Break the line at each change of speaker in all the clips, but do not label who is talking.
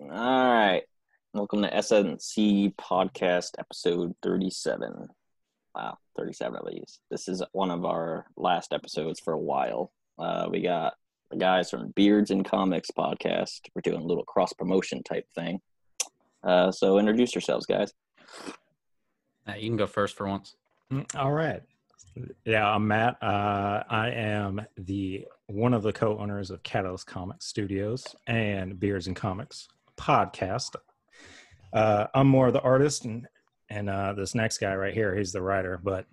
All right. Welcome to SNC Podcast episode 37. Wow, 37 of these. This is one of our last episodes for a while. Uh, we got the guys from Beards and Comics podcast. We're doing a little cross promotion type thing. Uh, so introduce yourselves, guys.
Uh, you can go first for once.
Mm, All right. Yeah, I'm Matt. Uh, I am the one of the co-owners of Catalyst Comics Studios and Beers and Comics podcast. Uh, I'm more of the artist, and and uh, this next guy right here, he's the writer. But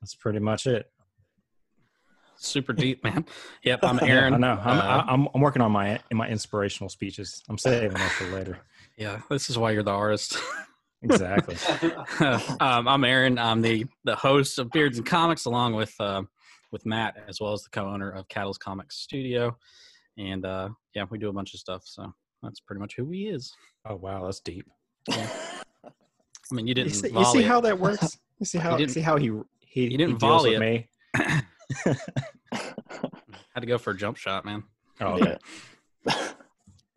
that's pretty much it.
Super deep, man. Yep, I'm
Yeah,
Aaron.
I know. I'm,
Uh,
I- I'm I'm working on my my inspirational speeches. I'm saving them for later.
yeah, this is why you're the artist.
Exactly.
um, I'm Aaron. I'm the the host of Beards and Comics, along with uh, with Matt, as well as the co-owner of Cattle's Comics Studio. And uh, yeah, we do a bunch of stuff. So that's pretty much who he is.
Oh wow, that's deep.
I mean, you
You
didn't
see, you
volley
see
it.
how that works. You see how
didn't-
see how he he,
you didn't
he deals
volley
with
it.
me.
had to go for a jump shot, man.
Oh, okay.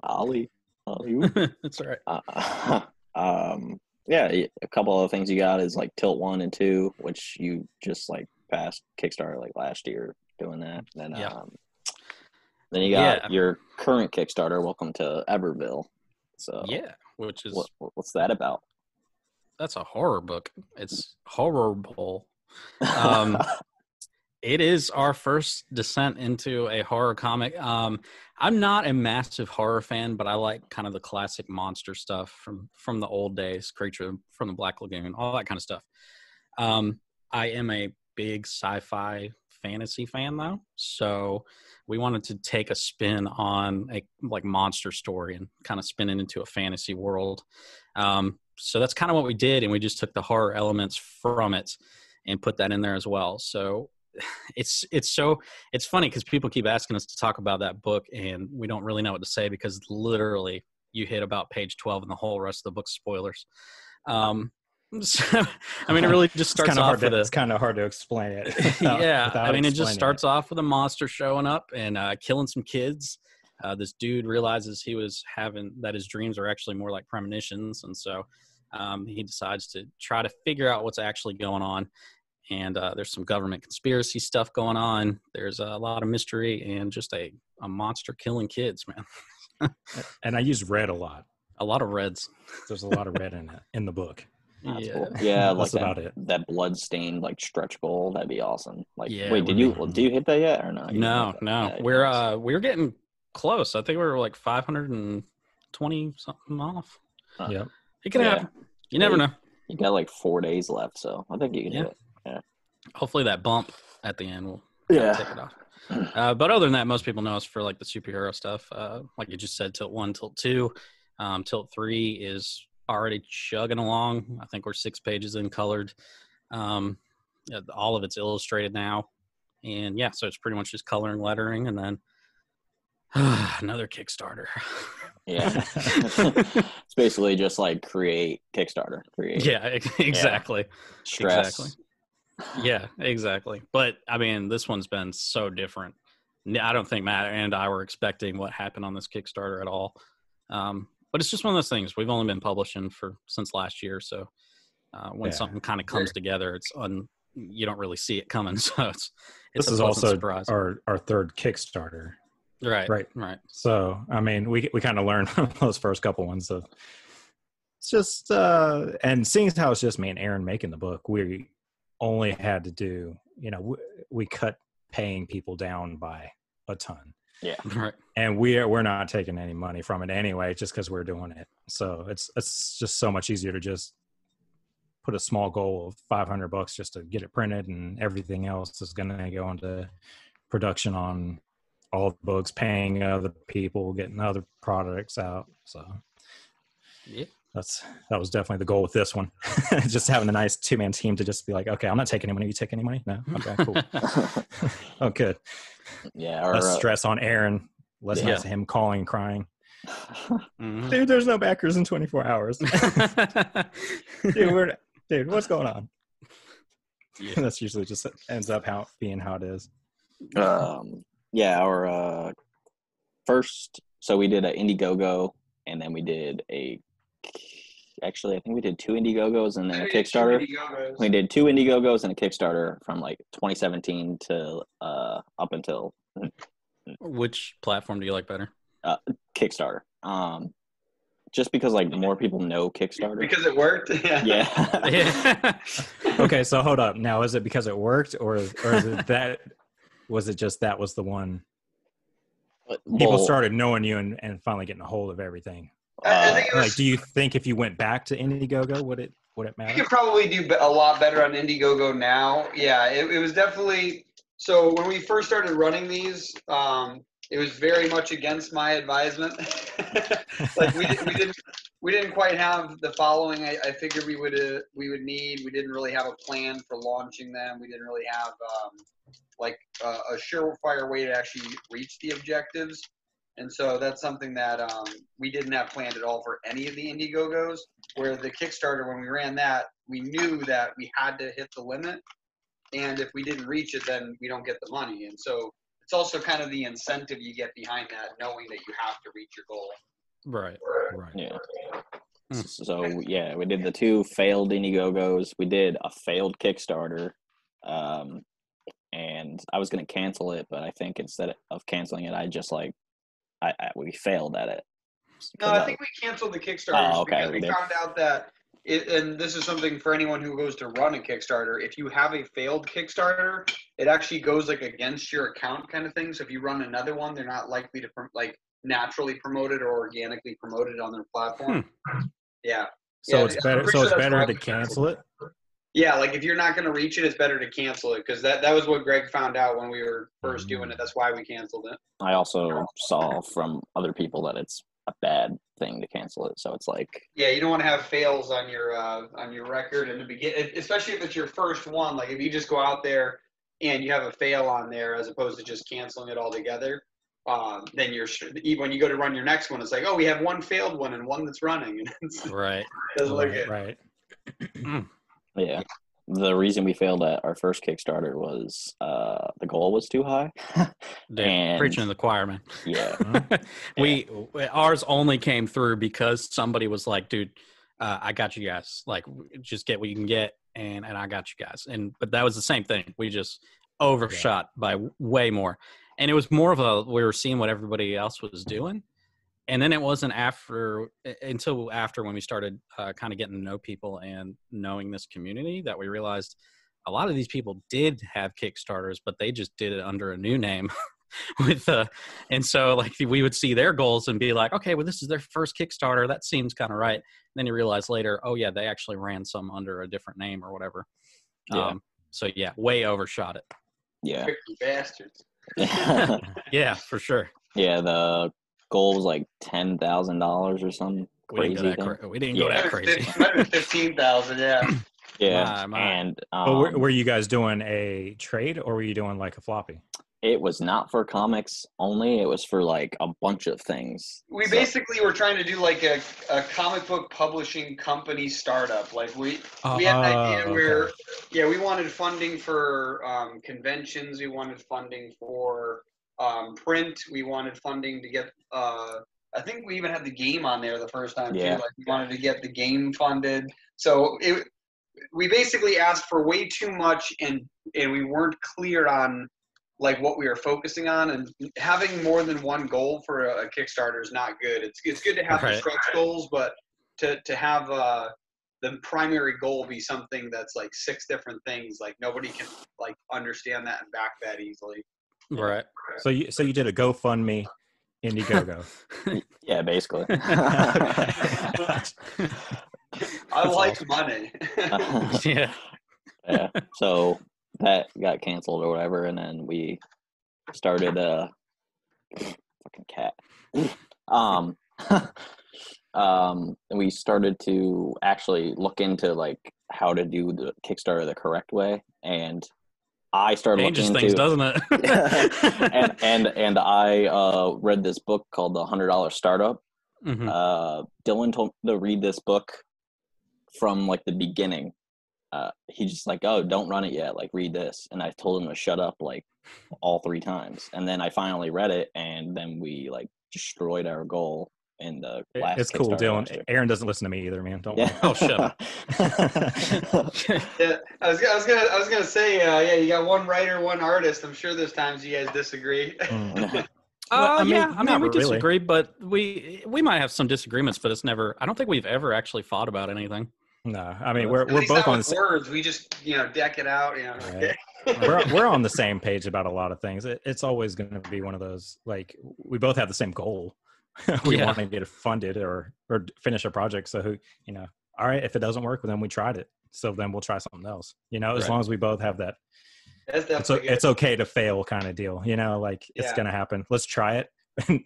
Ollie. Ollie. woo.
that's all right.
uh, um, yeah, y- a couple of things you got is like Tilt One and Two, which you just like passed Kickstarter like last year doing that. Then
Yeah.
um, then you got
Yeah.
your current Kickstarter, Welcome to Everville. So
Yeah, which is
what, what's that about?
that's a horror book. It's horrible. Um, it is our first descent into a horror comic. Um, I'm not a massive horror fan, but I like kind of the classic monster stuff from from the old days, creature from the Black Lagoon, all that kind of stuff. Um, I am a big sci-fi fantasy fan though, so we wanted to take a spin on a like monster story and kind of spin it into a fantasy world. Um, so that's kind of what we did, and we just took the horror elements from it and put that in there as well. So it's it's so it's funny because people keep asking us to talk about that book, and we don't really know what to say because literally you hit about page twelve, and the whole rest of the book's spoilers. Um, so I mean, it really just
it's
starts
kind of
off
hard
with
to,
a
it's kind of hard to explain it.
yeah, I mean, it just starts off with a monster showing up and uh, killing some kids. Uh, this dude realizes he was having that his dreams are actually more like premonitions, and so um, he decides to try to figure out what's actually going on. And uh, there's some government conspiracy stuff going on. There's a lot of mystery and just a, a monster killing kids, man.
and I use red a lot.
A lot of reds.
There's a lot of red in it in the book.
That's
yeah.
cool. yeah, like
That's
that,
about it.
That blood stained like stretch goal, that'd be awesome. Like,
Yeah,
wait, did
wouldn't
you
it?
well, do you hit that yet or not? You didn't
No,
hit that.
no,
Yeah, you
we're
didn't.
uh, we're getting close. I think we're like 520 something off.
Huh.
Yep.
It can
Yeah.
happen. You never
Yeah.
know.
you got like four days left, so I think you can
Yeah.
do it.
Hopefully that bump at the end will take
Yeah,
it off. Uh, but other than that, most people know us for like the superhero stuff. Uh, like you just said, Tilt One, Tilt Two, um, Tilt Three is already chugging along. I think we're six pages in colored. Um, yeah, all of it's illustrated now, and yeah, so it's pretty much just color and lettering, and then another Kickstarter.
yeah. it's basically just like create Kickstarter, create
yeah, ex- exactly.
stress.
Exactly. Yeah, exactly. But I mean, this one's been so different. N- I don't think Matt and I were expecting what happened on this Kickstarter at all. Um, but it's just one of those things. We've only been publishing for since last year, so uh, when
Yeah.
something kind of comes together, it's un you don't really see it coming. So it's it's
This
a
is
pleasant
also
surprise.
our our third Kickstarter.
right, right,
right.
right.
So I mean, we we kind of learned from those first couple ones of it's just uh and seeing as how it's just me and Aaron making the book, we only had to do you know we, we cut paying people down by a ton,
right.
and we're we're not taking any money from it anyway, just because we're doing it. So it's it's just so much easier to just put a small goal of 500 bucks just to get it printed and everything else is going to go into production on all the books paying other people getting other products out so
Yeah.
that's that was definitely the goal with this one just having a nice two-man team to just be like okay i'm not taking any money you take any money no okay cool oh good
yeah, or
less
uh,
stress on aaron less
Yeah.
has him calling and crying
Mhm.
dude there's no backers in 24 hours
Mm-hmm.
dude, we're, dude what's going on
Yeah.
that's usually just ends up how being how it is
um, yeah, our uh, first. So we did an Indiegogo, and then we did a. Actually, I think we did two Indiegogos and then a Kickstarter. We did two Indiegogos and a Kickstarter from like 2017 to uh, up until
Which platform do you like better?
Kickstarter. Um, just because like more people know Kickstarter.
Because it worked. Yeah.
yeah,
okay, so hold up. Now, is it because it worked, or is, or is it that? Was it just that was the one people
Well,
started knowing you and, and finally getting a hold of everything?
I, I
uh,
think it was,
Like, do you think if you went back to Indiegogo, would it would it
you
matter?
could probably do be- a lot better on Indiegogo now. Yeah, it, it was definitely. So when we first started running these, um, it was very much against my advisement. like we, did- we didn't we didn't quite have the following I, I figured we would uh, we would need. We didn't really have a plan for launching them. We didn't really have um, like uh, a surefire way to actually reach the objectives. And so that's something that um, we didn't have planned at all for any of the Indiegogos. Where the Kickstarter, when we ran that, we knew that we had to hit the limit, and if we didn't reach it, then we don't get the money. And so it's also kind of the incentive you get behind that, knowing that you have to reach your goal.
Right.
Right.
yeah.
Hmm.
So yeah, we did the two failed Indiegogos. We did a failed Kickstarter, um, and I was gonna cancel it, but I think instead of canceling it, I just like, I, I we failed at it.
No, I think we canceled the Kickstarter
Oh, okay,
because we
we did.
found out that, it, and this is something for anyone who goes to run a Kickstarter. If you have a failed Kickstarter, it actually goes like against your account kind of thing. So if you run another one, they're not likely to prom- like naturally promote it or organically promote it on their platform.
Hmm.
Yeah,
So
Yeah,
it's
I'm
better.
pretty
So
sure
it's
that's
better
why
to
we
cancel
canceled
it.
yeah. Like if you're not going to reach it, it's better to cancel it because that that was what Greg found out when we were first doing it. That's why we canceled it.
I also saw from other people that it's a bad thing to cancel it. So it's like,
Yeah, you don't want to have fails on your uh, on your record in the beginning, especially if it's your first one. Like if you just go out there and you have a fail on there, as opposed to just canceling it altogether, um, then you're sh- even when you go to run your next one, it's like, oh, we have one failed one and one that's running, and it's, it
Right.
doesn't look
Right,
good.
right.
yeah. The reason we failed at our first Kickstarter was uh, the goal was too high.
Dude,
And-
preaching to the choir, man.
yeah,
we ours only came through because somebody was like, "Dude, uh, I got you guys. Like, w- just get what you can get, and and I got you guys." And but that was the same thing. We just overshot by w- way more, and it was more of a we were seeing what everybody else was doing, and then it wasn't after u- until after when we started uh, kind of getting to know people and knowing this community that we realized. A lot of these people did have Kickstarters, but they just did it under a new name with uh, and so like we would see their goals and be like, okay, well this is their first Kickstarter. That seems kind of right. then you realize later, oh yeah, they actually ran some under a different name or whatever.
Yeah.
Um, so yeah, way overshot it.
yeah,
Tricky bastards.
yeah.
Yeah, for sure.
The goal was like ten thousand dollars or something
we
crazy
didn't go that,
thing.
cra- we didn't go that crazy.
Fifteen thousand, yeah.
Yeah,
My, my.
and um,
But were, were you guys doing a trade or were you doing like a floppy?
it was not for comics only. It was for like a bunch of things.
We
So-
basically were trying to do like a, a comic book publishing company startup. Like we we had an idea
Oh,
where
okay.
yeah we wanted funding for um, conventions we wanted funding for um, print we wanted funding to get uh, i think we even had the game on there the first time
Yeah.
too like we wanted to get the game funded so it, we basically asked for way too much and and we weren't clear on like what we were focusing on and having more than one goal for a, a kickstarter is not good it's, it's good to have the
Right.
stretch goals but to, to have uh, the primary goal be something that's like six different things like nobody can like understand that and back that easily
right.
So you so you did a GoFundMe, Indiegogo.
yeah, basically.
i
That's
like money
yeah.
yeah. So that got canceled or whatever, and then we started a fucking cat. um, um, and we started to actually look into like how to do the Kickstarter the correct way, and I started
Changes
looking
things,
into.
doesn't
and
it?
and and I uh, read this book called The Hundred Dollar Startup,
Mhm.
uh, Dylan told me to read this book from like the beginning. Uh, he just like, oh, don't run it yet. Like, read this, and I told him to shut up like all three times, and then I finally read it, and then we like destroyed our goal in the
It-
last.
It's cool,
Kickstarter
Dylan.
last year.
Aaron doesn't listen to me either, man. Don't
Yeah.
Oh, shut up.
Yeah, I was, I was gonna, I was gonna say, uh, yeah, you got one writer, one artist. I'm sure there's times you guys disagree.
worry. Mm.
Uh,
Well, I mean,
yeah, I mean,
not
we
really.
disagree, but we we might have some disagreements, but it's never. I don't think we've ever actually fought about anything.
No, I mean
At
we're
At
we're
least
both
not
on the
with
same,
words. We just, you know, deck it out. You know.
Right. we're we're on the same page about a lot of things. It, it's always going to be one of those like we both have the same goal. we
Yeah.
want to get it funded or or finish a project. So who you know, all right, if it doesn't work, then we tried it. So then we'll try something else. You know, as
Right.
long as we both have that,
That's
it's o-
definitely good.
it's okay to fail kind of deal. You know, like it's
Yeah.
going to happen. Let's try it.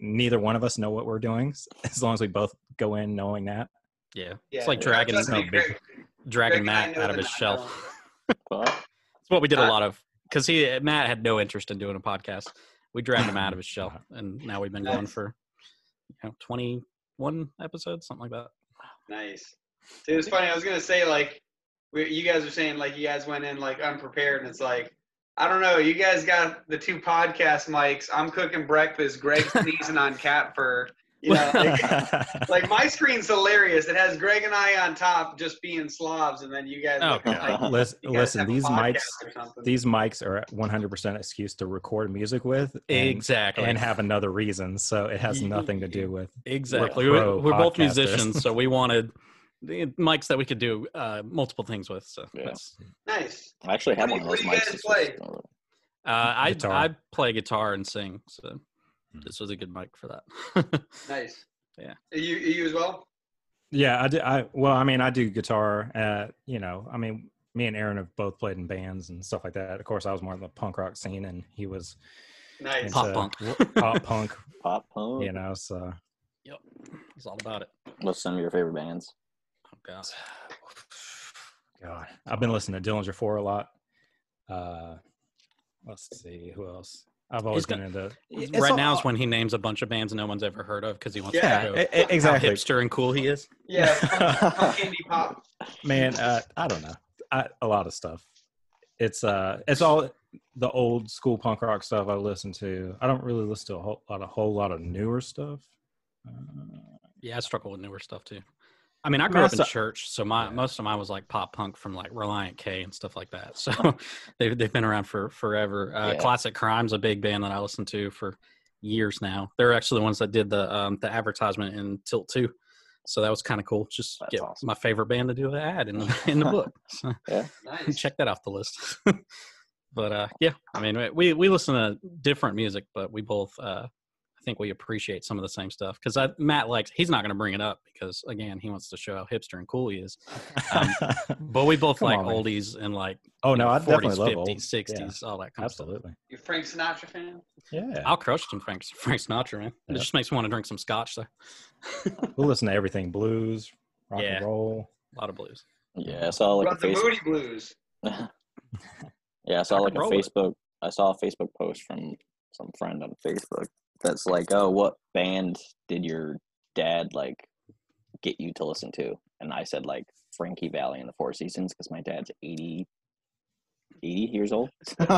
Neither one of us know what we're doing. s- As long as we both go in knowing that.
Yeah,
Yeah.
it's like dragging
Trust me,
no,
Greg-
dragging
Greg and I
Matt
know
out of
the
his
nine
shell.
dollars.
But
It's what we did a
Uh,
lot of because he Matt had no interest in doing a podcast. We dragged him out of his shell, and now we've been going
Nice.
for you know twenty one episodes, something like that.
Nice. Dude, it's funny. I was gonna say like, we, you guys are saying like you guys went in like unprepared, and it's like, I don't know. You guys got the two podcast mics. I'm cooking breakfast. Greg's sneezing on cat fur. You know, like, like my screen's hilarious. It has Greg and I on top, just being slobs, and then you guys.
Oh,
look like,
God.
Lis-
you guys
listen,
have a
these
podcast
mics
or something.
these mics are 100% excuse to record music with and,
Exactly,
and have another reason so it has
Ye-
nothing to do with
exactly.
we're
We're,
pro
we're both
podcasters.
musicians, so we wanted the mics that we could do uh, multiple things with. So
Yeah.
that's
nice.
I actually have
What
one
do
of
you-
those
what do you
mics.
guys
it's
play?
just-
Uh, I
Guitar.
I play guitar and sing, so
Hmm.
this was a good mic for that.
Nice.
Yeah.
You you as well?
yeah i do i well i mean i do guitar uh you know i mean me and aaron have both played in bands and stuff like that of course i was more in the punk rock scene and he was
Nice.
Pop
into
punk.
pop punk
Pop punk.
you know so
yep, it's all about it.
What's some of your favorite bands?
Oh god,
god i've been listening to dillinger 4 a lot uh let's see who else i've always been
gonna-
into
right
a-
now is when he names a bunch of bands no one's ever heard of because he wants
Yeah,
to
yeah
show
e- e-
how
exactly
hipster and cool he is.
Yeah. punk- punk indie pop.
man uh, i don't know I, a lot of stuff it's uh it's all the old school punk rock stuff i listen to i don't really listen to a whole lot a whole lot of newer stuff uh,
Yeah, I struggle with newer stuff too. I mean, I
mean,
grew up in
that's a-
church, so my
Yeah.
most of mine was like pop punk from like Reliant K and stuff like that. So they've they've been around for forever. Uh,
Yeah.
Classic Crime's a big band that I listened to for years now. They're actually the ones that did the um, the advertisement in Tilt Two, so that was kind of cool. Just
That's
get
awesome.
my favorite band to do an ad in the, in the book. So
Nice.
check that off the list. but uh, yeah, I mean, we we listen to different music, but we both uh, I think we appreciate some of the same stuff. Because Matt likes he's not going to bring it up because again he wants to show how hipster and cool he is. Um, But we both
Come
like
on, man.
oldies and like
oh
you
no
know,
i
40s,
definitely love
50s,
old
60s,
yeah,
all that kind of
absolutely
You Frank Sinatra fan?
yeah
stuff. I'll crush some Frank Frank Sinatra, man. It
Yeah.
just makes me want to drink some scotch. though.
we'll listen to everything blues rock
Yeah.
and roll
a lot of blues.
Yeah, I saw like a
About the
Facebook.
Moody Blues.
yeah, I saw
Rock
like a
and roll with it.
Facebook. I saw a Facebook post from some friend on Facebook that's like, "Oh, what band did your dad like get you to listen to?" And I said like Frankie Valley and the Four Seasons because my dad's 80, 80 years old.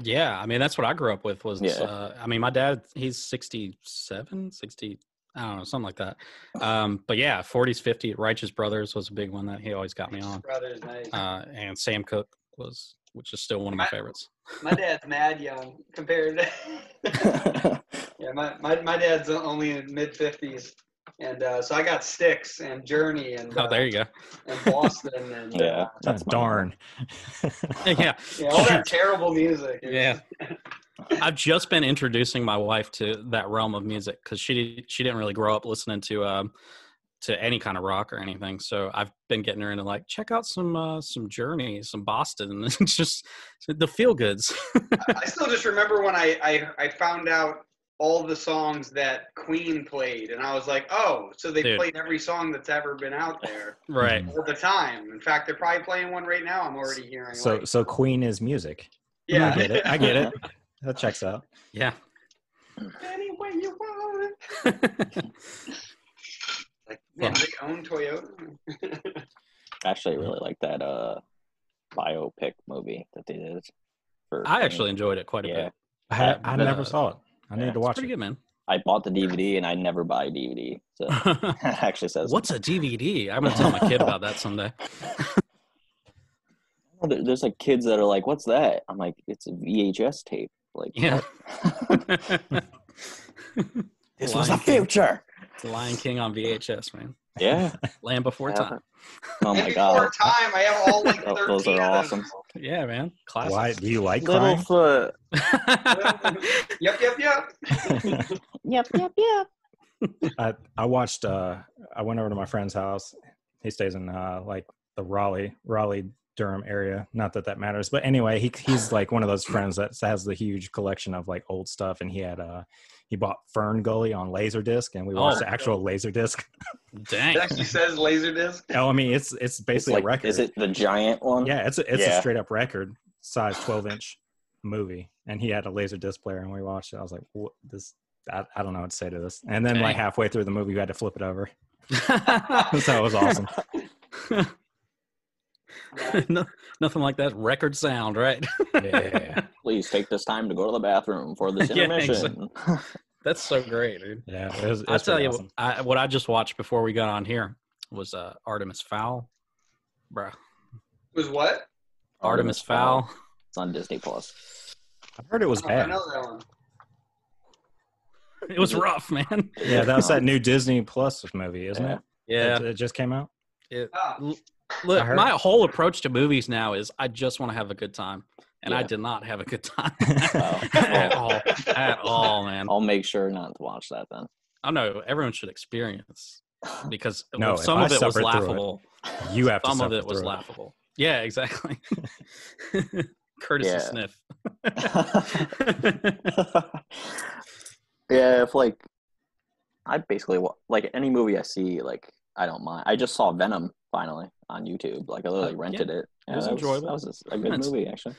Yeah, I mean that's what I grew up with was
Yeah.
uh, I mean my dad he's 67, 60 I don't know, something like that. Um but yeah, 40s, 50s Righteous Brothers was a big one that he always got me on.
Brothers, nice.
Uh and Sam Cooke was which is still one of my
My-
favorites.
my dad's mad young compared. yeah, my, my my dad's only in mid fifties, and uh, so I got Sticks and Journey and
Oh,
uh,
there you go.
and Boston and
yeah,
uh,
that's my-
darn
yeah.
yeah, all that terrible music.
Yeah. I've just been introducing my wife to that realm of music cuz she she didn't really grow up listening to um to any kind of rock or anything. So I've been getting her into like check out some uh some Journey, some Boston and just the feel goods.
I still just remember when I, I I found out all the songs that Queen played, and I was like, oh, so they
Dude.
played every song that's ever been out there
right.
Mm.
all the time. In fact, they're probably playing one right now. I'm already hearing.
so
like-
so queen is music
yeah,
i get it i get it that checks out
Yeah.
Any way you want. Like, man,
Yeah.
they own Toyota.
I actually really like that uh biopic movie that they did. For
I
Queen.
actually enjoyed it quite a
Yeah.
bit.
i, I
Yeah.
never saw it i
Yeah.
need to
It's
watch
pretty
it
good, man.
I bought the DVD and I never buy DVD. So it actually says
What's a DVD? I'm gonna tell my kid about that someday.
Well, Oh, there- There's like kids that are like, "What's that?" I'm like, "It's a VHS tape." Like,
Yeah.
this
Lion
was the
King.
future.
It's Lion King on VHS, man.
Yeah.
Land Before
Yeah.
Time.
Oh
and
my
before
god.
time, I have all like
Tho-
13
Those are
of them.
awesome.
Yeah, man.
Why
Classic.
do you like crime?
Littlefoot.
Yep, yep, yep.
Yep, yep, yep.
I I watched. Uh, I went over to my friend's house. He stays in uh, like the Raleigh, Raleigh, Durham area. Not that that matters, but anyway, he he's like one of those friends that has the huge collection of like old stuff. And he had uh, he bought Fern Gully on Laserdisc, and we
Oh.
watched the actual Laserdisc.
Dang.
It actually says Laserdisc.
Oh, I mean, it's it's
It's
basically
like,
a record.
is it the giant one?
Yeah, it's a, it's
Yeah.
a straight up record size twelve inch movie, and he had a laser disc player, and we watched it. I was like, what this. I, I don't know what to say to this. And then, like
Dang.
halfway through the movie, we had to flip it over.
no,
so it was awesome.
nothing like that record sound, right?
Yeah.
Please take this time to go to the bathroom for this
Yeah,
intermission.
That's so great, dude.
Yeah, it was,
I'll tell you I, what I just watched before we got on here was uh, Artemis Fowl, bro. Artemis,
Was what?
Artemis
Fowl.
Fowl. It's on Disney Plus.
I heard it was
Oh, I
bad.
know that one.
It was rough, man.
Yeah, that was that new Disney Plus movie, isn't it?
Yeah.
It, it just came out.
It,
Ah,
look,
I heard-
my whole approach to movies now is I just want to have a good time, and I
Yeah.
did not have a good time
Wow.
at all. At all, man.
I'll make sure not to watch that then.
I know everyone should experience because
No, if
some
I
of it was
suffered through it,
laughable.
You have to
some of
suffer
it was
through
laughable. Yeah, exactly. Curtis
Yeah.
Sniff.
yeah, if like I basically wa- like any movie I see, like I don't mind. I just saw Venom finally on YouTube. Like I literally
Uh, yeah.
rented it.
It was
that
enjoyable.
that was a, a good
That's-
movie actually.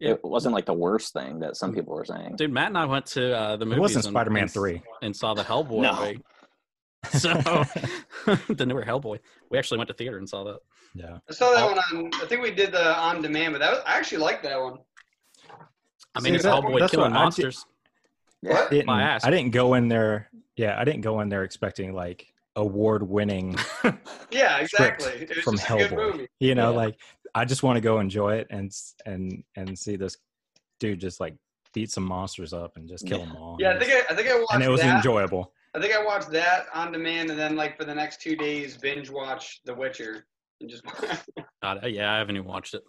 Yeah. Mm.
It wasn't like the worst thing that some people were saying.
Dude, Matt and I went to uh, the
It
movies.
wasn't
and-
Spider Man
and-
three.
and saw the Hellboy.
No.
right? So the newer Hellboy. We actually went to theater and saw that.
Yeah,
I saw
Oh.
that one on. I think we did the on demand, but that was, I actually liked that one.
I
See,
mean, it's
that-
Hellboy
that's
killing
what I did-
monsters.
Yeah.
I didn't,
My ass.
I didn't go in there. Yeah, I didn't go in there expecting like award winning
Yeah,
Script
exactly. It was
from
just a good
Hellboy.
movie.
You know,
Yeah.
like I just want to go enjoy it and s- and and see this dude just like beat some monsters up and just kill them all.
Yeah, I think I, I think I watched
and it was
that.
enjoyable.
I think I watched that on demand, and then like for the next two days, binge watch The Witcher and just.
God, uh, yeah, I haven't even watched it.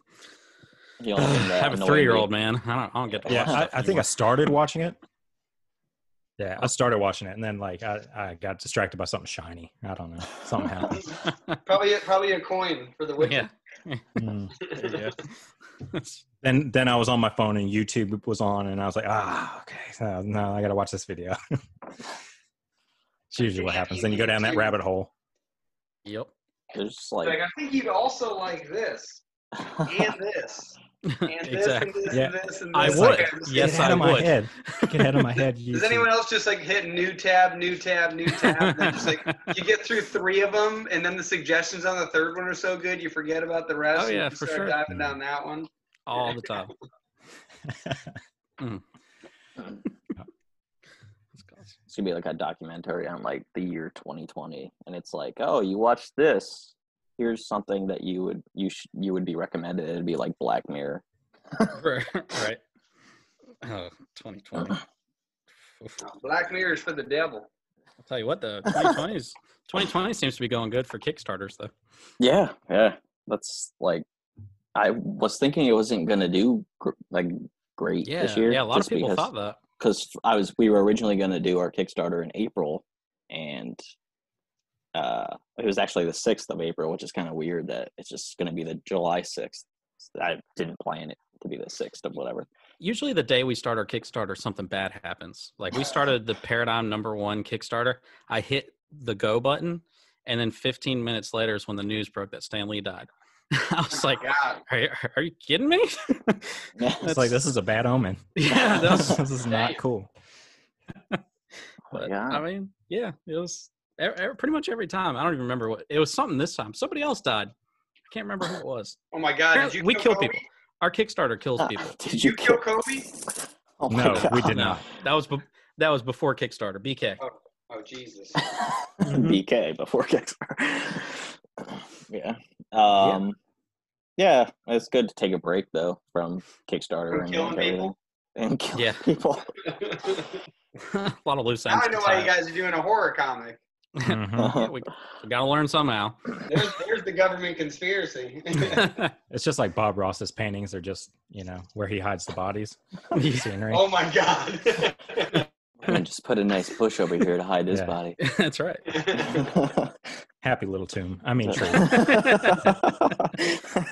The only thing
I
that
have a
annoyed Oh, me-
three-year-old man. I don't, I don't get to
Yeah,
watch
Yeah,
stuff
I, I think I
anymore.
started watching it. Yeah, I started watching it, and then like I, I got distracted by something shiny. I don't know. Something happened.
probably probably a coin for The
yeah.
Witcher.
Mm.
there you go.
Then then I was on my phone and YouTube was on, and I was like, ah, okay, so, no, I got to watch this video. it's usually what happens. Then you go down that rabbit hole.
yep.
There's just,
Like
like
I think you'd also like this and this and this
exactly.
and this
Yeah.
and this and this.
I
Like,
would.
I'm just-
Yes,
Get out
I
of my
would.
head. Get out of my head.
Does
YouTube.
anyone else just like hit new tab, new tab, new tab? And then just like you get through three of them, and then the suggestions on the third one are so good you forget about the rest.
Oh,
and
yeah,
you
for
start
sure.
Diving down that one.
All the time. Mm.
it's gonna be like a documentary on like the year 2020 and it's like oh you watched this here's something that you would you sh- you would be recommended it'd be like black mirror
right. Oh, 2020. Oof.
Uh, Black Mirror is for the devil.
I'll tell you what, though. 2020 is 2020 seems to be going good for Kickstarters, though.
yeah yeah that's like i was thinking it wasn't gonna do gr- like great
Yeah,
this year
yeah. A lot of
just
people
because,
thought that.
because i was we were originally gonna do our kickstarter in april and uh it was actually the 6th of april which is kind of weird that it's just gonna be the july 6th i didn't plan it to be the 6th of whatever
Usually, the day we start our Kickstarter, something bad happens. Like we started the Paradigm Number One Kickstarter. I hit the go button, and then 15 minutes later is when the news broke that Stan Lee died. I was like,
Oh God.
"Are you, are you kidding me?"
It's like this is a bad omen.
Yeah, that
Oh
was.
this is not cool.
But,
Yeah.
I mean, yeah, it was e- e- pretty much every time. I don't even remember what it was. Something this time. Somebody else died. I can't remember who it was.
Oh my God! Did
Apparently,
you
we kill
Kobe?
people. Our
Uh,
Kickstarter kills people.
Did
Did you kill Kobe?
Oh my
No, we
God.
did
No,
not.
that was be- That was before Kickstarter. BK.
Oh Jesus.
Mm-hmm.
BK before Kickstarter. yeah. Um, yeah. it's good to take a break though from Kickstarter
From
and
killing
everything.
people?
And killing
Yeah.
people.
a lot of loose ends.
now I know why you guys are doing a horror comic.
Mhm.
Uh-huh.
Yeah, we, we gotta learn somehow.
There's, there's the government conspiracy.
It's just like Bob Ross's paintings are just, you know, where he hides the bodies, the scenery.
oh my God.
and just put a nice bush over here to hide this
Yeah.
body.
That's right.
Happy little tomb. I mean, tree.
this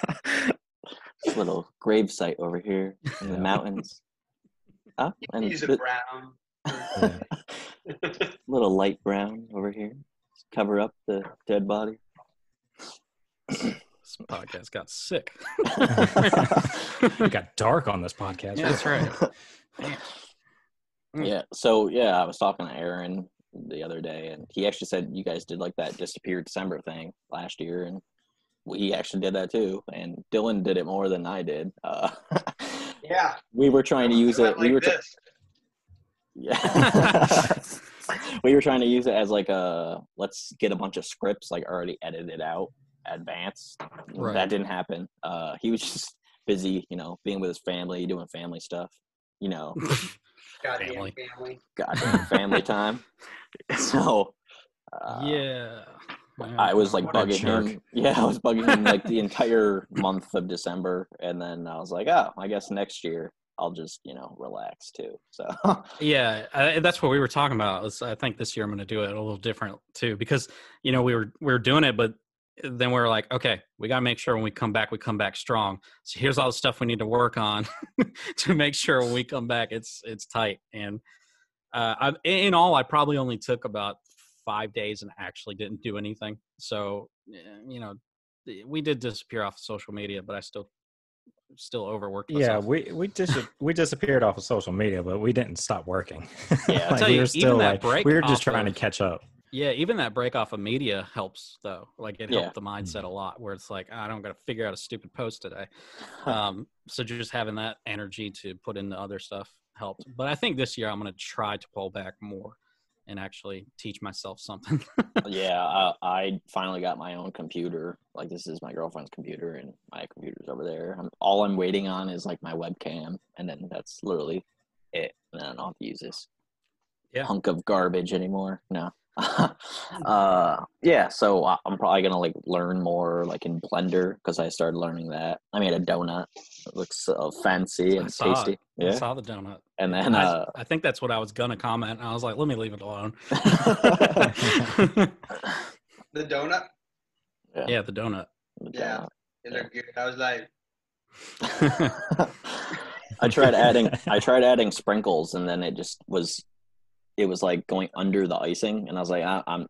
little grave site over here in the
Yeah.
mountains. Huh? And
He's a
th-
brown.
Yeah.
little light brown over here. Cover up the dead body.
This podcast got sick.
It got dark on this podcast.
Yeah, that's right. Mm.
Yeah. So yeah, I was talking to Aaron the other day, and he actually said you guys did like that disappear December thing last year, and we actually did that too. And Dylan did it more than I did. Uh,
Yeah.
we were trying to use it.
Like
We were tr-
this.
yeah. we were trying to use it as like a let's get a bunch of scripts like already edited out advanced.
Right.
That didn't happen. Uh, he was just busy, you know, being with his family, doing family stuff. You know,
Goddamn
Family.
family.
goddamn family time. So uh,
yeah.
I was like
What a
bugging
jerk.
him. Yeah, I was bugging him like the entire month of December, and then I was like, oh, I guess next year I'll just you know relax too. So
Yeah, I, that's what we were talking about. It's- I think this year I'm going to do it a little different too, because you know we were we were doing it, but then we were like, okay, we got to make sure when we come back, we come back strong. So here's all the stuff we need to work on to make sure when we come back, it's it's tight. And uh, I, in all, I probably only took about five days and actually didn't do anything. So eh, you know, we did disappear off social media, but I still still overworked.
Yeah,
Myself.
we we dis- we disappeared off of social media, but we didn't stop working.
Yeah, I'll
like,
tell
we
you,
were
even
still
that
like
break
we were just
off
trying
of-
to catch up.
Yeah, even that break off of media helps though. Like it
Yeah. Mm-hmm.
helped the mindset a lot where it's like, I don't gotta figure out a stupid post today. Um, so just having that energy to put into other stuff helped. But I think this year I'm gonna try to pull back more and actually teach myself something.
yeah, I, I finally got my own computer. Like this is my girlfriend's computer, and my computer's over there. I'm, all I'm waiting on is like my webcam, and then that's literally it. And then I don't have to use this
Yeah.
hunk of garbage anymore. No. uh yeah so I- i'm probably gonna like learn more like in blender because i started learning that i made a donut it looks so fancy
I
and
saw it.
tasty
I
yeah
saw the donut.
and then
I,
uh
I think that's what I was gonna comment. And I was like, let me leave it alone.
uh,
The donut.
yeah, the donut.
Yeah. It looked good. I was like,
I tried adding I tried adding sprinkles and then it just was it was like going under the icing and I was like I, I'm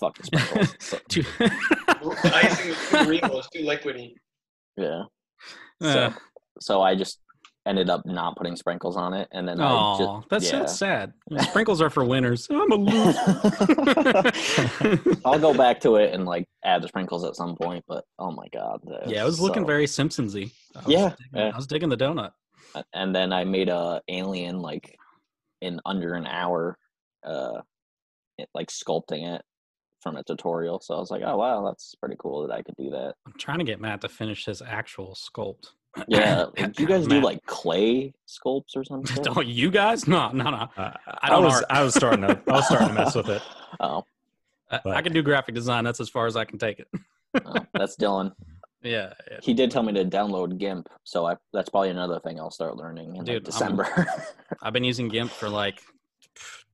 fuck the sprinkles so,
Too-
the icing is too real. It's too liquidy.
yeah
Uh,
so I just ended up not putting sprinkles on it and then I just
Aw, that's so
yeah.
sad. Sprinkles are for winners. I'm a loser.
I'll go back to it and like add the sprinkles at some point but oh my god that
yeah, I was looking
so-
very Simpsonsy. I was
Yeah,
digging-
yeah.
I was digging the donut.
and then I made a alien like in under an hour, uh, it, like sculpting it from a tutorial. So I was like, oh wow, that's pretty cool that I could do that.
I'm trying to get Matt to finish his actual sculpt.
Yeah, like, do you guys do
Matt.
like clay sculpts or something?
Don't you guys? No, no, no.
Uh,
I don't
was
art.
I was starting to I was starting to mess with it.
Oh,
I, I
But-
can do graphic design. That's as far as I can take it.
oh, that's Dylan.
Yeah, yeah.
He did tell me to download GIMP, so I that's probably another thing I'll start learning in like,
Dude, I'm-
December.
I've been using GIMP for like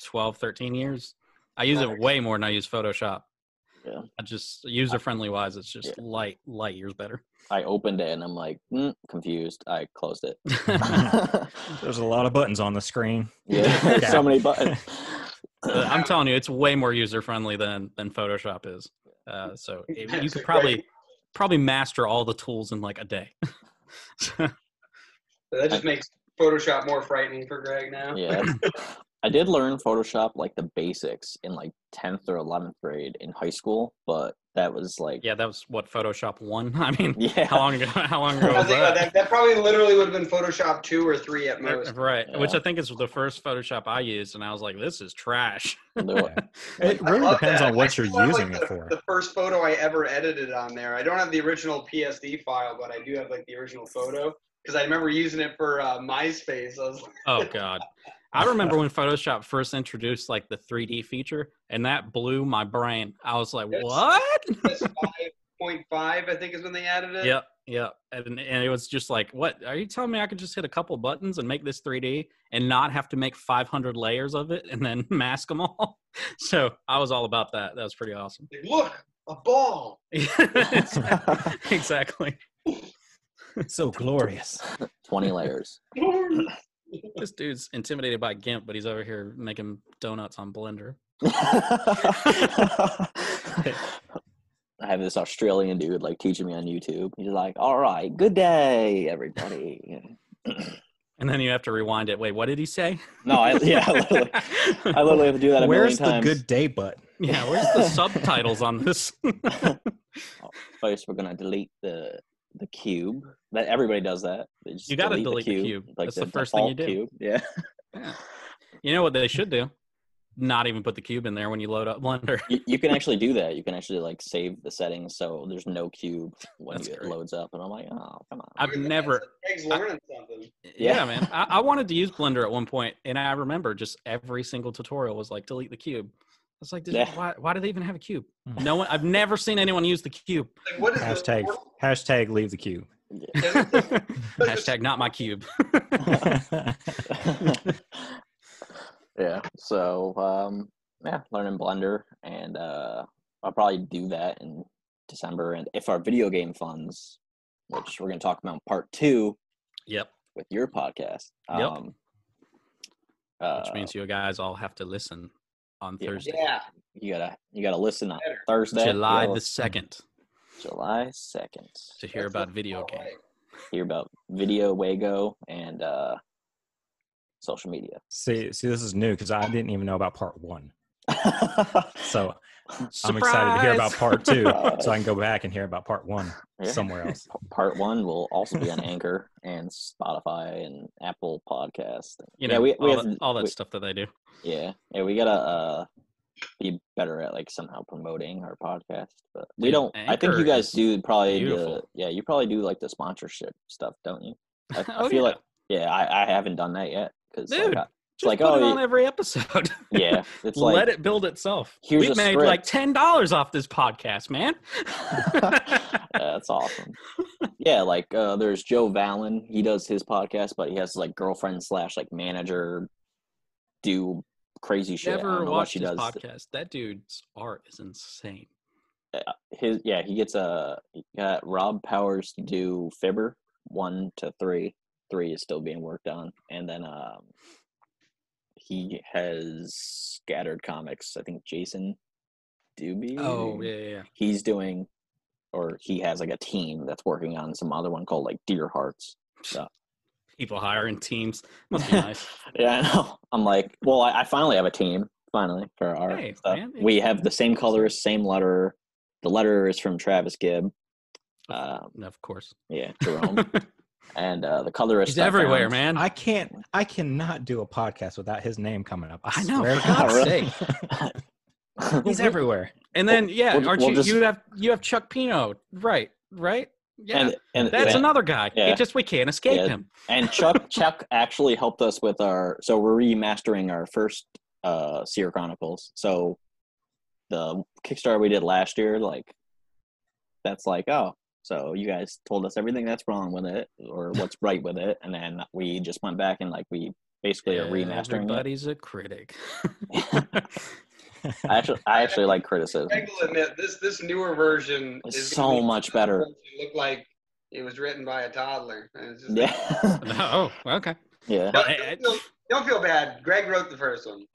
12, 13 years. I use it
Nice.
way more than I use Photoshop.
Yeah.
I just user friendly wise, it's just
Yeah.
light light years better.
I opened it and I'm like mm, confused. I closed it.
There's a lot of buttons on the screen.
yeah,
Yeah.
so many buttons.
Uh, I'm telling you, it's way more user friendly than than Photoshop is. Uh, so it, you
That's
could
right.
probably probably master all the tools in like a day.
So that just makes Photoshop more frightening for Greg now.
Yeah. that's- I did learn Photoshop like the basics in like 10th or 11th grade in high school, but that was like
Yeah, that was what Photoshop one. I mean,
Yeah.
how long ago? How long ago
I
was
think uh,
that?
that, that probably literally would have been Photoshop two or three at most.
Right, which
Yeah.
I think is the first Photoshop I used, and I was like, "This is trash."
no-
It
I
really
love
depends
that.
on
I
what you're
still have,
using
like,
it
the,
for.
The first photo I ever edited on there. I don't have the original PSD file, but I do have like the original photo because I remember using it for uh, MySpace. I was like,
Oh God, I remember when Photoshop first introduced like the 3D feature, and that blew my brain. I was like,
Yes.
"What?"
five point five, I think, is when they added it.
Yeah, yeah, and and it was just like, "What are you telling me? I could just hit a couple buttons and make this 3D and not have to make 500 layers of it and then mask them all?" So I was all about that. That was pretty awesome.
Like, Look, a ball.
exactly.
so glorious.
20 layers.
This dude's intimidated by GIMP, but he's over here making donuts on Blender.
I have this Australian dude like teaching me on YouTube. He's like, "All right, good day, everybody."
And then you have to rewind it. Wait, what did he say?
no, I yeah, I literally, I literally have to do that a
Where's the
million times.
good day button?
yeah, where's the subtitles on this?
First, we're gonna delete the the cube. That everybody does that. They just
You gotta delete the cube. That's the first thing you
default
do.
Cube. Yeah.
you know what they should do? Not even put the cube in there when you load up Blender.
you, you can actually do that. You can actually like save the settings so there's no cube when
That's
you- it
great.
loads up. And I'm like, oh, come on.
I've never,
Craig's learning something.
yeah,
Yeah.
man. I, I wanted to use Blender at one point, and I remember just every single tutorial was like, delete the cube. It's like, this,
Yeah. Hmm.
why, why do they even have a cube? No one, I've never seen anyone use the cube.
Like, what is this?
Hashtag
What-
hashtag leave the cube.
Hashtag not my cube.
yeah. So um, yeah, learning Blender, and uh, I'll probably do that in December. And if our video game funds, which we're gonna talk about in part two
Yep.
with your podcast,
Yep.
um, uh,
Which means you guys all have to listen on
Yeah.
Thursday,
Yeah.
you gotta you gotta listen on
Better.
Thursday,
July
you
the
gotta
2nd,
listen July second.
to hear
That's
about
a-
video
all
games.
right.
Hear about video Wago and uh, social media.
see, see, this is new because I didn't even know about part one. So I'm excited to hear about part two, so I can go back and hear about part one
Yeah.
somewhere else.
part one will also be on Anchor and Spotify and Apple Podcast.
you
yeah,
know,
we, we
all,
have,
that, all that
we-
stuff that they do.
yeah, yeah, we gotta uh, be better at like somehow promoting our podcast. But we
Dude,
don't. I think
Anchor
you guys
is
do probably the
beautiful.
yeah, you probably do like the sponsorship stuff, don't you? I, I
Oh,
feel
yeah.
like yeah, I, I haven't done that yet because
Dude.
like, I-
Just
like,
put
oh,
it
you-
on every episode.
yeah, it's like
Let it build itself.
Here's
we
a
made
script.
like ten dollars off this podcast, man.
That's awesome. Yeah, like uh, there's Joe Valen. He does his podcast, but he has like girlfriend slash like manager do crazy shit. I don't
Never
know
watched
what she
his
does.
podcast. That dude's art is insane.
His yeah, he gets a he got Rob Powers to do Fibber one to three. Three is still being worked on, and then um, he has scattered comics. I think Jason Doobie.
Oh yeah, yeah, yeah.
he's doing or he has like a team that's working on some other one called like deer hearts
People hiring teams must be nice.
yeah i know i'm like well i, I finally have a team finally for our
Hey,
stuff.
man,
we have the same colorist same letterer the letterer is from travis gibb um,
of course,
yeah jerome and uh, the colorist
he's
I
everywhere,
found-
man.
I can't. I cannot do a podcast without his name coming up. I,
I know,
swear
for
to God.
God's
sake.
He's everywhere.
and then yeah,
we'll-
aren't
we'll
you?
just-
You have you have Chuck Pino, right? Right? Yeah,
and, and
that's
yeah.
another guy.
yeah.
It just we can't escape
Yeah.
him.
And Chuck Chuck actually helped us with our so we're remastering our first uh Seer Chronicles. So the Kickstarter we did last year, like that's like, oh, so you guys told us everything that's wrong with it or what's right with it, and then we just went back and like we basically are remastering it.
Everybody's a critic.
I actually I actually like criticism.
Craig will admit this this newer version
It's
is
so much better.
Look like it was written by a toddler. And it's just-
Yeah.
oh, okay.
yeah.
Don't,
I- I-
don't, feel, don't feel bad. Greg wrote the first one.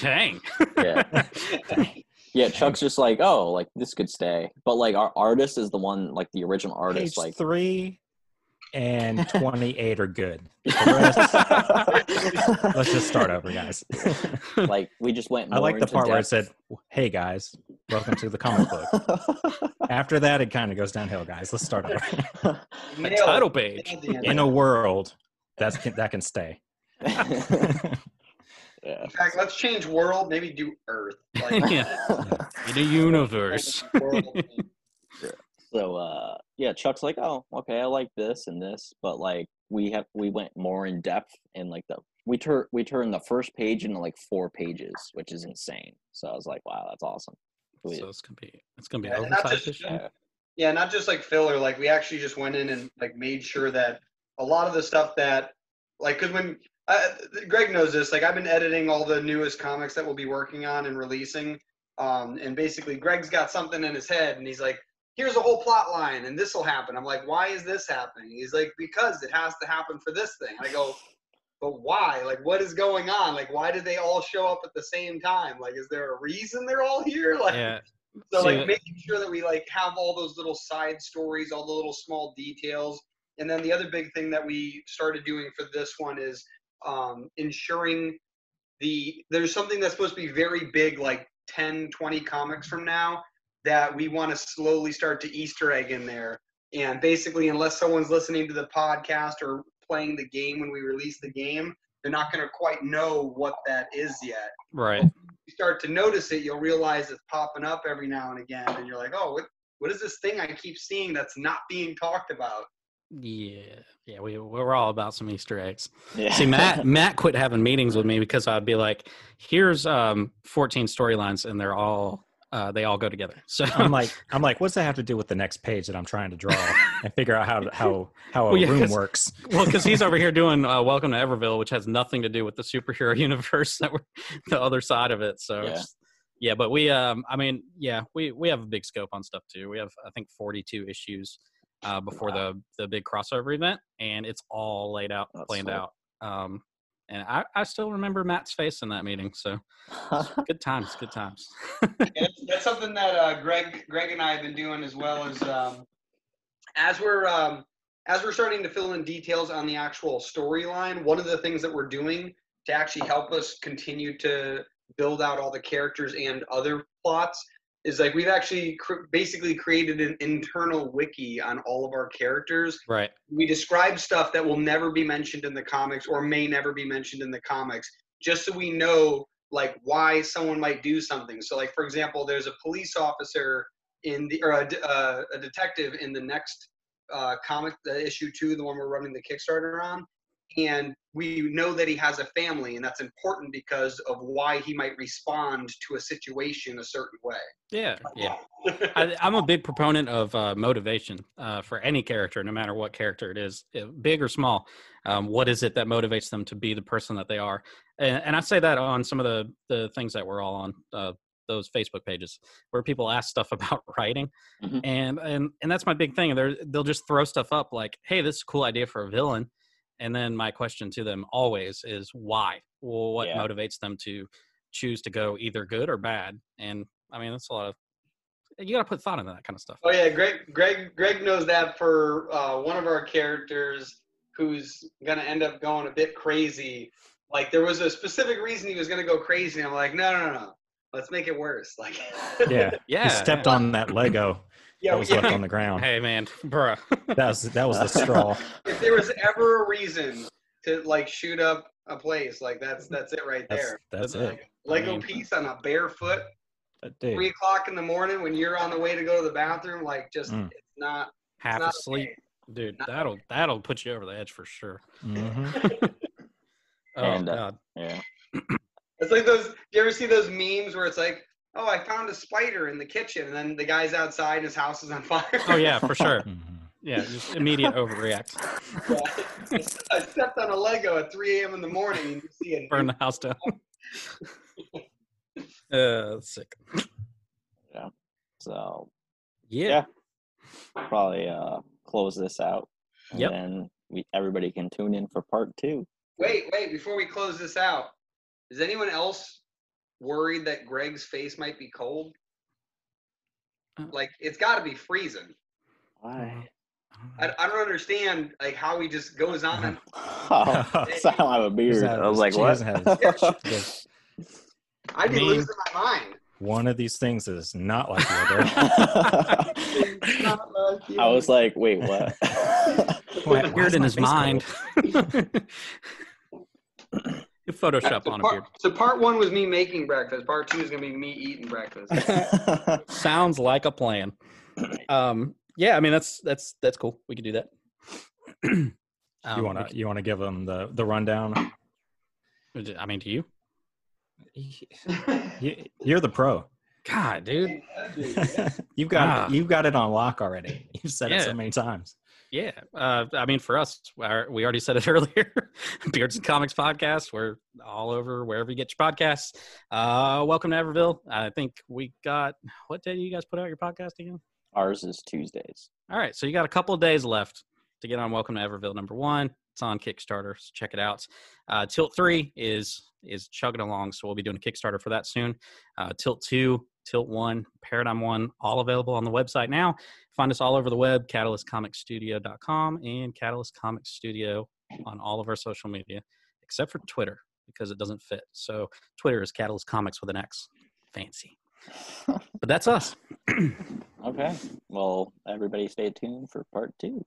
Dang.
yeah. Yeah, Chuck's just like, oh, like this could stay. But like our artist is the one like the original artist,
Page
like
three and 28 are good. The rest- let's just start over, guys.
like we just went.
I like
more
the
into
part where
depth.
it said, "Hey guys, welcome to the comic book." After that, it kind of goes downhill, guys. Let's start over.
A
Nailed it.
title page.
Nailed the end.
In a world that's can, that can stay.
yeah.
In fact, let's change world. Maybe do Earth. Like,
yeah. In a universe.
world.
So uh, yeah, Chuck's like, oh, okay, I like this and this, but like we have we went more in depth and like the we tur we turned the first page into like four pages, which is insane. So I was like, wow, that's awesome. We-
So it's gonna be it's gonna be
Yeah, and that's
oversized.
just-
issue.
Yeah, not just like filler. Like we actually just went in and like made sure that a lot of the stuff that, like, because when I, Greg knows this, like I've been editing all the newest comics that we'll be working on and releasing, um, and basically Greg's got something in his head and he's like, "Here's a whole plot line and this will happen." I'm like, "Why is this happening?" He's like, "Because it has to happen for this thing." I go. But why? Like, what is going on? Like, why did they all show up at the same time? Like, is there a reason they're all here? Like,
Yeah.
so
See,
like
that-
making sure that we like have all those little side stories, all the little small details, and then the other big thing that we started doing for this one is um, ensuring the there's something that's supposed to be very big, like 10, 20 comics from now, that we want to slowly start to Easter egg in there. And basically, unless someone's listening to the podcast or playing the game when we release the game, they're not going to quite know what that is yet
Right.
you start to notice it, you'll realize it's popping up every now and again, and you're like, oh, what, what is this thing I keep seeing that's not being talked about?
Yeah. Yeah. We we're all about some Easter eggs.
yeah.
See, Matt Matt quit having meetings with me because I'd be like, "Here's um 14 storylines, and they're all uh, they all go together." So
I'm like, I'm like, what's that have to do with the next page that I'm trying to draw and figure out how how how a
Well, yeah,
room
'cause-
works?
well, because he's over here doing uh, "Welcome to Everville," which has nothing to do with the superhero universe that we're the other side of it. So,
Yeah.
yeah, yeah but we, um, I mean, yeah, we we have a big scope on stuff too. We have, I think, 42 issues uh, before the the big crossover event, and it's all laid out,
That's
planned
cool.
out. Um, and I, I still remember Matt's face in that meeting. So good times, good times.
And that's- that's something that uh, Greg, Greg and I have been doing as well as um, as we're um, as we're starting to fill in details on the actual storyline. One of the things that we're doing to actually help us continue to build out all the characters and other plots is like we've actually cr- basically created an internal wiki on all of our characters
right.
we describe stuff that will never be mentioned in the comics or may never be mentioned in the comics just so we know like why someone might do something so like for example there's a police officer in the or a, de- uh, a detective in the next uh, comic uh, issue two the one we're running the kickstarter on and we know that he has a family and that's important because of why he might respond to a situation a certain way
Yeah. Yeah. I, I'm a big proponent of uh, motivation uh, for any character, no matter what character it is, eh, big or small. Um, what is it that motivates them to be the person that they are? And, and I say that on some of the, the things that we're all on, uh, those Facebook pages where people ask stuff about writing,
Mhm.
and and and that's my big thing. They they'll just throw stuff up like, "Hey, this is a cool idea for a villain," and then my question to them always is, "Why? Well, what
Yeah.
motivates them to choose to go either good or bad?" And I mean, that's a lot of you got to put thought into that kind of stuff.
Oh yeah, Greg. Greg. Greg knows that for uh, one of our characters who's gonna end up going a bit crazy. Like there was a specific reason he was gonna go crazy. and I'm like, no, no, no, no. Let's make it worse. Like,
Yeah,
Yeah.
he stepped on that Lego that
yeah,
was
yeah.
left on the ground.
Hey man, bruh.
That was that was the straw.
If there was ever a reason to like shoot up a place, like that's that's it right
That's
there.
that's it,
That's-
Lego
I mean-
piece on a barefoot, three
dude.
o'clock in the morning when you're on the way to go to the bathroom. Like, just
Mm.
it's not
Half
Not
asleep, dude. That'll that'll put you over the edge for sure.
Mhm.
Oh
And, uh,
god.
yeah.
It's like those. Do you ever see those memes where it's like, "Oh, I found a spider in the kitchen," and then the guy's outside, his house is on fire.
Oh yeah, for sure.
Mhm.
Yeah, just immediate overreact.
I stepped on a Lego at 3 a.m. in the morning. And you see it.
Burn the house down. uh, that's sick.
So
Yeah.
Yeah. probably uh close this out. And
Yep.
then we everybody can tune in for part two.
Wait, wait. Before we close this out, is anyone else worried that Greg's face might be cold?
Uh.
Like it's got to be freezing.
Why?
I, I don't understand like how he just goes on and
Uh-huh.
Oh, so I don't have a beard.
had
I was like,
this- she
what?
hasn't had this-
I'd be
mean-
losing my mind.
One of these things is not like the other.
I was like, wait, what?
Why- why
beard
is
in
my
his
face cold?
mind. You Photoshop
so,
on a
part,
beard.
so part one was me making breakfast. Part two is gonna be me eating breakfast.
Sounds like a plan. Um, yeah, I mean that's that's that's cool. We could do that. Um,
You want to you want to give them the the rundown?
we could- I mean, do you?
You, you're the pro.
God, dude.
you've got
Ah.
you've got it on lock already. You've said it
Yeah.
so many times.
Yeah. Uh, I mean, for us, our- we already said it earlier. Beards and Comics podcast. We're all over wherever you get your podcasts. Uh, welcome to Everville. I think we got what day do you guys put out your podcast again?
Ours is Tuesdays.
All right, so you got a couple of days left to get on Welcome to Everville number one. It's on Kickstarter, so check it out. Uh, Tilt three is is chugging along, so we'll be doing a Kickstarter for that soon. Uh, Tilt two, Tilt one, Paradigm one, all available on the website now. Find us all over the web, CatalystComicStudio.com and Catalyst Comics Studio on all of our social media except for Twitter because it doesn't fit. So Twitter is Catalyst Comics with an X. Fancy, but that's us.
Okay. Well, everybody stay tuned for part two.